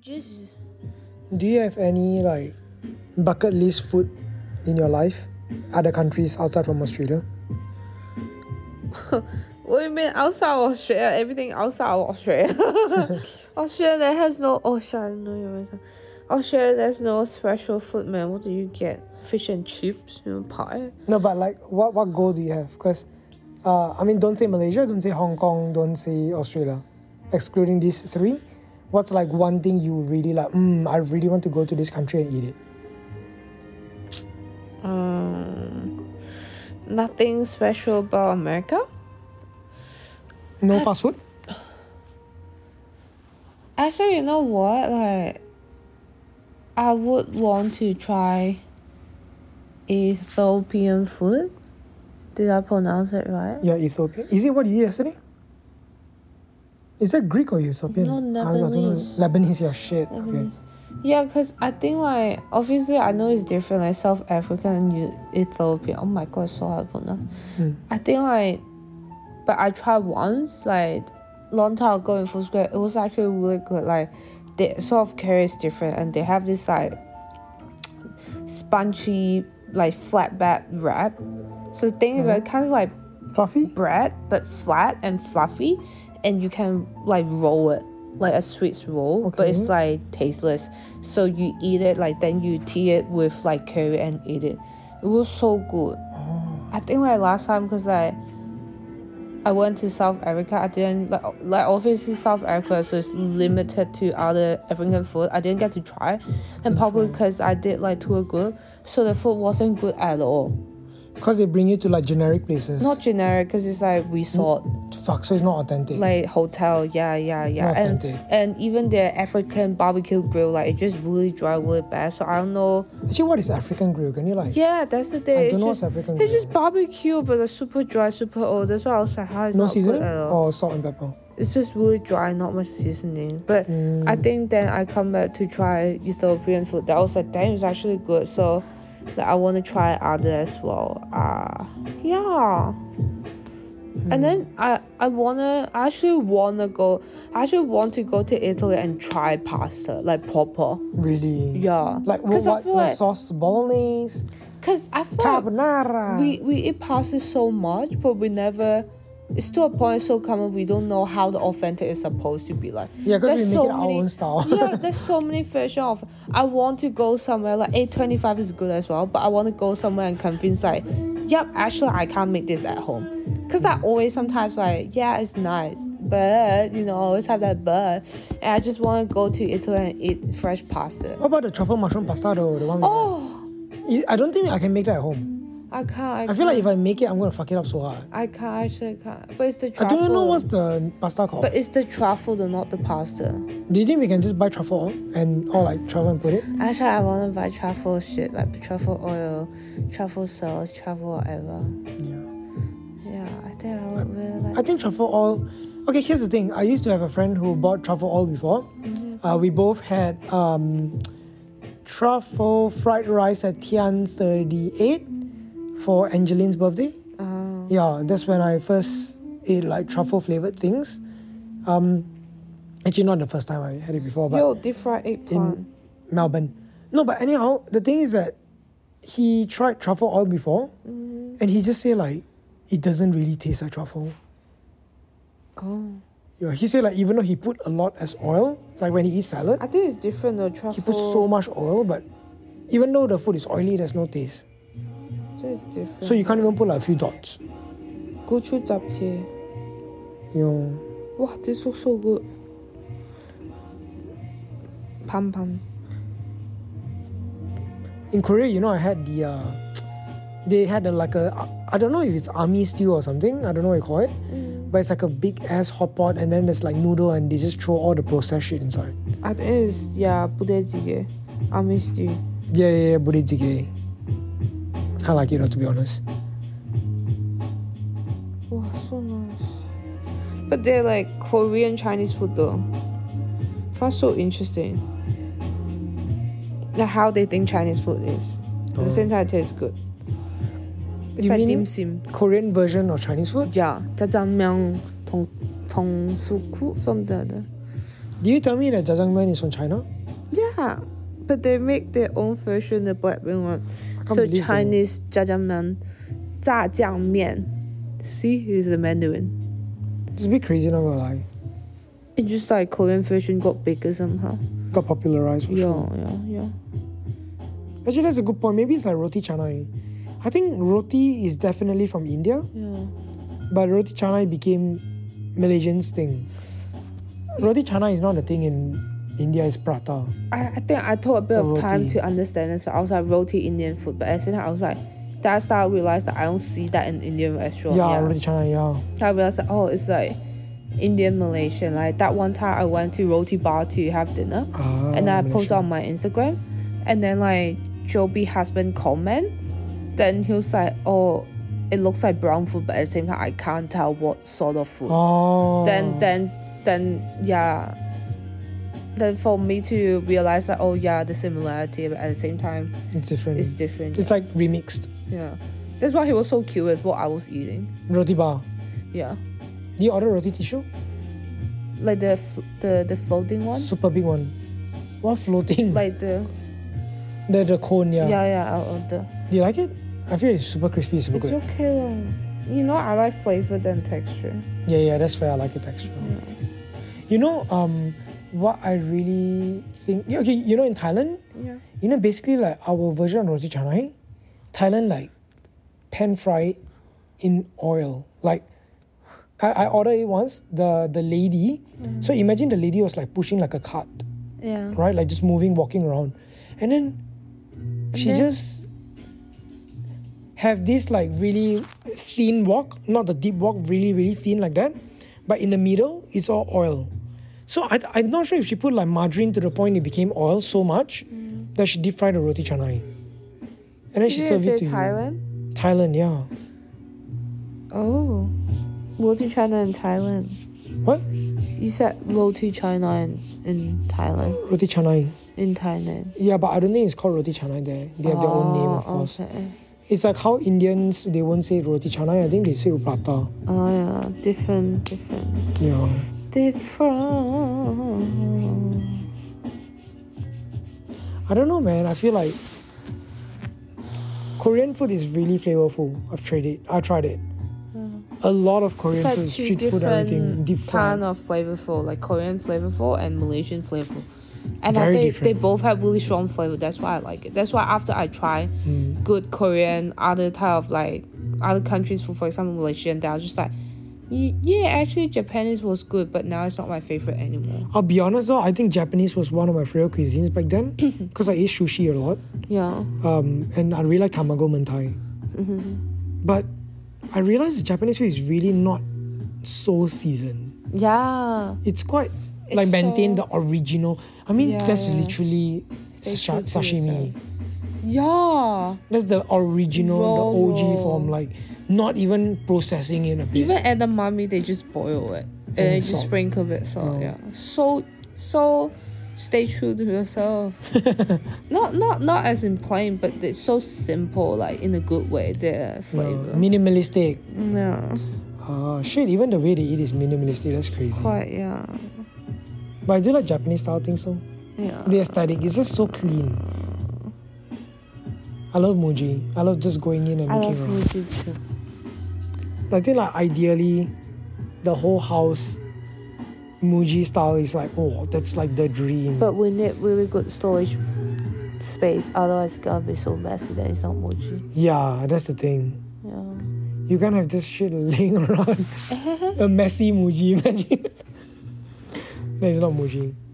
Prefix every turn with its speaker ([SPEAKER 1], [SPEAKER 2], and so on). [SPEAKER 1] Just
[SPEAKER 2] Do you have any like bucket list food in your life? Other countries outside from Australia?
[SPEAKER 1] what do you mean outside of Australia? Everything outside of Australia. Australia has no oh shit, I know you mean. Australia there's no special food man. What do you get? Fish and chips, you know, pie.
[SPEAKER 2] No, but like what what goal do you have? Because uh, I mean, don't say Malaysia, don't say Hong Kong, don't say Australia. Excluding these three, what's like one thing you really like? Mm, I really want to go to this country and eat it.
[SPEAKER 1] Um nothing special about America.
[SPEAKER 2] No fast food.
[SPEAKER 1] Actually, you know what? Like, I would want to try Ethiopian food. Did I pronounce it right?
[SPEAKER 2] Yeah, Ethiopia. Is it what you eat yesterday? Is that Greek or Ethiopian?
[SPEAKER 1] No,
[SPEAKER 2] I- I don't know.
[SPEAKER 1] Lebanese.
[SPEAKER 2] Lebanese, yeah, shit. Okay.
[SPEAKER 1] Yeah, because I think, like, obviously, I know it's different, like, South Africa and Eu- Ethiopia. Oh my god, it's so hard to pronounce. I think, like, but I tried once, like, long time ago in first grade. It was actually really good. Like, the South Korea is different, and they have this, like, spongy, like, flatbed wrap. So the thing is, like, kind of like
[SPEAKER 2] Fluffy?
[SPEAKER 1] bread but flat and fluffy and you can like roll it like a sweets roll but it's like tasteless so you eat it like then you tea it with like curry and eat it it was so good i think like last time because i i went to south africa i didn't like, like obviously south africa so it's limited to other african food i didn't get to try and probably because i did like tour group so the food wasn't good at all
[SPEAKER 2] Because they bring you to like generic places.
[SPEAKER 1] not generic because it's like resort
[SPEAKER 2] Fuck, so it's not authentic.
[SPEAKER 1] like hotel yeah yeah yeah
[SPEAKER 2] Not
[SPEAKER 1] and,
[SPEAKER 2] authentic.
[SPEAKER 1] and even their african barbecue grill like it just really dry really bad so i don't know
[SPEAKER 2] Actually, what is African grill? Can you like?
[SPEAKER 1] yeah that's the thing
[SPEAKER 2] I
[SPEAKER 1] It's
[SPEAKER 2] don't know
[SPEAKER 1] just-
[SPEAKER 2] what's
[SPEAKER 1] it's
[SPEAKER 2] African grill.
[SPEAKER 1] just barbecue but it's super dry super old that's why i was like how it's
[SPEAKER 2] no
[SPEAKER 1] not
[SPEAKER 2] seasoning
[SPEAKER 1] good at all.
[SPEAKER 2] or salt and pepper?
[SPEAKER 1] it's just really dry not much seasoning but i think then i come back to try ethiopian food that was like damn it's actually good so like i want to try other as well uh yeah and then I I wanna I actually wanna go I actually want to go to Italy and try pasta like proper
[SPEAKER 2] Really?
[SPEAKER 1] yeah
[SPEAKER 2] Like what?
[SPEAKER 1] 'Cause I
[SPEAKER 2] what
[SPEAKER 1] feel
[SPEAKER 2] like
[SPEAKER 1] like-
[SPEAKER 2] sauce bolognese,
[SPEAKER 1] cause I feel like
[SPEAKER 2] carbonara.
[SPEAKER 1] we we eat pasta so much, but we never. It's to a point so common we don't know how the authentic is supposed to be like.
[SPEAKER 2] Yeah, 'cause we
[SPEAKER 1] There's
[SPEAKER 2] make it our own style.
[SPEAKER 1] yeah, there's so many version of. I want to go somewhere like eight twenty five is good as well, but I want to go somewhere and convince like, yep, actually I can't make this at home, cause I always sometimes like yeah it's nice, but you know I always have that but, and I just want to go to Italy and eat fresh pasta.
[SPEAKER 2] what about the truffle mushroom pasta though? The one. we
[SPEAKER 1] Oh,
[SPEAKER 2] had? I I don't think I can make that at home.
[SPEAKER 1] I can't. I,
[SPEAKER 2] I
[SPEAKER 1] can't.
[SPEAKER 2] feel like if I make it, I'm gonna fuck it up so hard.
[SPEAKER 1] I can't I actually can't. But it's the
[SPEAKER 2] I
[SPEAKER 1] truffle.
[SPEAKER 2] don't even know what's the pasta called.
[SPEAKER 1] But it's the truffle, though, not the pasta.
[SPEAKER 2] Do you think we can just buy truffle and or like truffle and put it?
[SPEAKER 1] Actually, I want to buy truffle shit, like truffle oil, truffle sauce, truffle whatever.
[SPEAKER 2] Yeah.
[SPEAKER 1] Yeah, I think I would really
[SPEAKER 2] I
[SPEAKER 1] like.
[SPEAKER 2] think truffle oil. Okay, here's the thing. I used to have a friend who bought truffle oil before. Uh, we both had um, truffle fried rice at Tian 38 for Angeline's birthday.
[SPEAKER 1] Oh,
[SPEAKER 2] Yeah, that's when I first ate like truffle flavored things. Um, actually, not the first time I had it before, but
[SPEAKER 1] Yo, deep fried eggplant.
[SPEAKER 2] Melbourne. No, but anyhow, the thing is that he tried truffle oil before, and he just said like it doesn't really taste like truffle.
[SPEAKER 1] Oh,
[SPEAKER 2] Yeah, he said like even though he put a lot as oil, like when he eats salad,
[SPEAKER 1] I think it's different though. Truffle.
[SPEAKER 2] he puts so much oil, but even though the food is oily, there's no taste.
[SPEAKER 1] I think It's different.
[SPEAKER 2] So you can't even put like a few dots.
[SPEAKER 1] gochu japchae.
[SPEAKER 2] You know.
[SPEAKER 1] Wow, this looks so good. Pam pam.
[SPEAKER 2] In Korea, you know, I had the uh, they had a, like a uh, I don't know if it's army stew or something. I don't know what you call it, but it's like a big ass hot pot, and then there's like noodle, and they just throw all the processed shit inside.
[SPEAKER 1] I think it's yeah, budae I missed you.
[SPEAKER 2] Yeah, yeah, yeah, Buddha jjigae. Kind of like it, though, to be honest.
[SPEAKER 1] Wow, so nice. But they're like Korean Chinese food though. That's so interesting. Like how they think Chinese food is. At the same time, it tastes good. It's
[SPEAKER 2] You
[SPEAKER 1] like
[SPEAKER 2] mean-
[SPEAKER 1] dim sum.
[SPEAKER 2] Korean version of Chinese food?
[SPEAKER 1] Yeah, jjajangmyeon, tong, tongsuku, something like that.
[SPEAKER 2] Do you tell me that jajangmyeon is from China?
[SPEAKER 1] Yeah, but they make their own version, the black bean one.
[SPEAKER 2] can't
[SPEAKER 1] So
[SPEAKER 2] believe they-
[SPEAKER 1] Chinese jajangmyeon, 炸酱面. See, he's a Mandarin.
[SPEAKER 2] It's a bit crazy, not gonna lie.
[SPEAKER 1] It's just like Korean version got bigger somehow.
[SPEAKER 2] Got popularized for
[SPEAKER 1] yeah,
[SPEAKER 2] sure.
[SPEAKER 1] yeah, yeah.
[SPEAKER 2] Actually, that's a good point. Maybe it's like roti canai. I think roti is definitely from India,
[SPEAKER 1] Yeah.
[SPEAKER 2] but roti canai became Malaysian's thing. Roti canai is not a thing in India. It's prata.
[SPEAKER 1] I, I think I took a bit of
[SPEAKER 2] Or
[SPEAKER 1] time
[SPEAKER 2] roti.
[SPEAKER 1] to understand this. but I was like roti Indian food, but at the same time I was like, that's how I realized that I don't see that in Indian restaurant.
[SPEAKER 2] yeah, roti canai. Yeah.
[SPEAKER 1] I realized that oh, it's like Indian Malaysian. Like that one time I went to roti bar to have dinner,
[SPEAKER 2] Ah,
[SPEAKER 1] and I posted
[SPEAKER 2] Malaysian.
[SPEAKER 1] on my Instagram, and then like Joby husband comment, then he was like oh, it looks like brown food, but at the same time I can't tell what sort of food
[SPEAKER 2] Oh.
[SPEAKER 1] then then then yeah then for me to realize that oh yeah the similarity but at the same time
[SPEAKER 2] it's different.
[SPEAKER 1] it's
[SPEAKER 2] It's,
[SPEAKER 1] different
[SPEAKER 2] like remixed
[SPEAKER 1] yeah that's why he was so curious what i was eating
[SPEAKER 2] roti bar.
[SPEAKER 1] yeah
[SPEAKER 2] Do you order roti tissue?
[SPEAKER 1] like the fl- the the floating one
[SPEAKER 2] Super big one. What floating?
[SPEAKER 1] like the
[SPEAKER 2] the the cone. Yeah.
[SPEAKER 1] yeah yeah, I'll order
[SPEAKER 2] Do you like it? I feel it's super crispy. Super
[SPEAKER 1] it's
[SPEAKER 2] good.
[SPEAKER 1] okay lah. you know i like flavor than texture
[SPEAKER 2] Yeah, yeah, that's fair. I like the texture. You know, um, what I really think. yeah, Okay, you know, in Thailand,
[SPEAKER 1] yeah
[SPEAKER 2] you know, basically like our version of roti canai, Thailand like pan fry it in oil. Like, I, I ordered it once. The the lady. So imagine the lady was like pushing like a cart,
[SPEAKER 1] yeah
[SPEAKER 2] right? Like just moving, walking around, and then she
[SPEAKER 1] then-
[SPEAKER 2] just have this like really thin walk, not the deep walk, really really thin like that, but in the middle it's all oil. So I, I'm not sure if she put like margarine to the point it became oil so much
[SPEAKER 1] Mm.
[SPEAKER 2] that she deep fried the roti canai, and then she
[SPEAKER 1] Did you
[SPEAKER 2] served
[SPEAKER 1] say
[SPEAKER 2] it to
[SPEAKER 1] thailand
[SPEAKER 2] you. Thailand, yeah.
[SPEAKER 1] oh roti china in thailand
[SPEAKER 2] What
[SPEAKER 1] you said roti china in, in thailand
[SPEAKER 2] roti canai?
[SPEAKER 1] in thailand
[SPEAKER 2] Yeah, but I don't think it's called roti canai there. They have their own name, of
[SPEAKER 1] Oh,
[SPEAKER 2] course.
[SPEAKER 1] okay.
[SPEAKER 2] It's like how Indians they won't say roti canai. I think they say prata.
[SPEAKER 1] Oh yeah, different, different,
[SPEAKER 2] Yeah.
[SPEAKER 1] different.
[SPEAKER 2] I don't know, man. I feel like Korean food is really flavorful. I've tried it. I tried it. A lot of Korean
[SPEAKER 1] It's like
[SPEAKER 2] food,
[SPEAKER 1] Mm. two
[SPEAKER 2] street food, everything,
[SPEAKER 1] different
[SPEAKER 2] deep fried.
[SPEAKER 1] kind of flavorful, like Korean flavorful and Malaysian flavorful. And I
[SPEAKER 2] Very
[SPEAKER 1] think they
[SPEAKER 2] different.
[SPEAKER 1] both have really strong flavor. That's why I like it. That's why after I try
[SPEAKER 2] Mm.
[SPEAKER 1] good Korean, other type of like other countries food, for example Malaysian, that I was just like, "Ye- yeah, actually Japanese was good, but now it's not my favorite anymore.
[SPEAKER 2] I'll be honest though, I think Japanese was one of my favorite cuisines back then because I ate sushi a lot,
[SPEAKER 1] Yeah,
[SPEAKER 2] um, and I really like tamago mentai. But I realized Japanese food is really not so seasoned.
[SPEAKER 1] yeah.
[SPEAKER 2] it's quite
[SPEAKER 1] It's
[SPEAKER 2] like maintain
[SPEAKER 1] so-
[SPEAKER 2] the original. I mean,
[SPEAKER 1] Yeah,
[SPEAKER 2] that's
[SPEAKER 1] yeah.
[SPEAKER 2] literally
[SPEAKER 1] Stay
[SPEAKER 2] sa-
[SPEAKER 1] true to
[SPEAKER 2] sashimi.
[SPEAKER 1] yourself. Yeah.
[SPEAKER 2] That's the original,
[SPEAKER 1] Raw,
[SPEAKER 2] the OG
[SPEAKER 1] raw.
[SPEAKER 2] form. Like, not even processing in a bit.
[SPEAKER 1] Even at the mommy, they just boil it and,
[SPEAKER 2] And
[SPEAKER 1] they just
[SPEAKER 2] salt.
[SPEAKER 1] sprinkle a bit salt.
[SPEAKER 2] Oh.
[SPEAKER 1] Yeah. So so stay true to yourself. not not not as in plain, but it's so simple, like in a good way. The
[SPEAKER 2] No,
[SPEAKER 1] flavor.
[SPEAKER 2] minimalistic.
[SPEAKER 1] yeah.
[SPEAKER 2] Ah, shit. Even the way they eat is minimalistic. That's crazy.
[SPEAKER 1] Quite yeah.
[SPEAKER 2] But I do like Japanese style things. So
[SPEAKER 1] Yeah.
[SPEAKER 2] the aesthetic is just so clean. I love Muji. I love just going in and
[SPEAKER 1] I
[SPEAKER 2] looking
[SPEAKER 1] love
[SPEAKER 2] around.
[SPEAKER 1] Fuji too.
[SPEAKER 2] I think like ideally, the whole house, Muji style is like oh that's like the dream.
[SPEAKER 1] But we need really good storage space, otherwise it's gonna be so messy that it's not mochi.
[SPEAKER 2] yeah, that's the thing.
[SPEAKER 1] Yeah.
[SPEAKER 2] You can't have this shit laying around. a messy Muji, imagine. that is not Muji.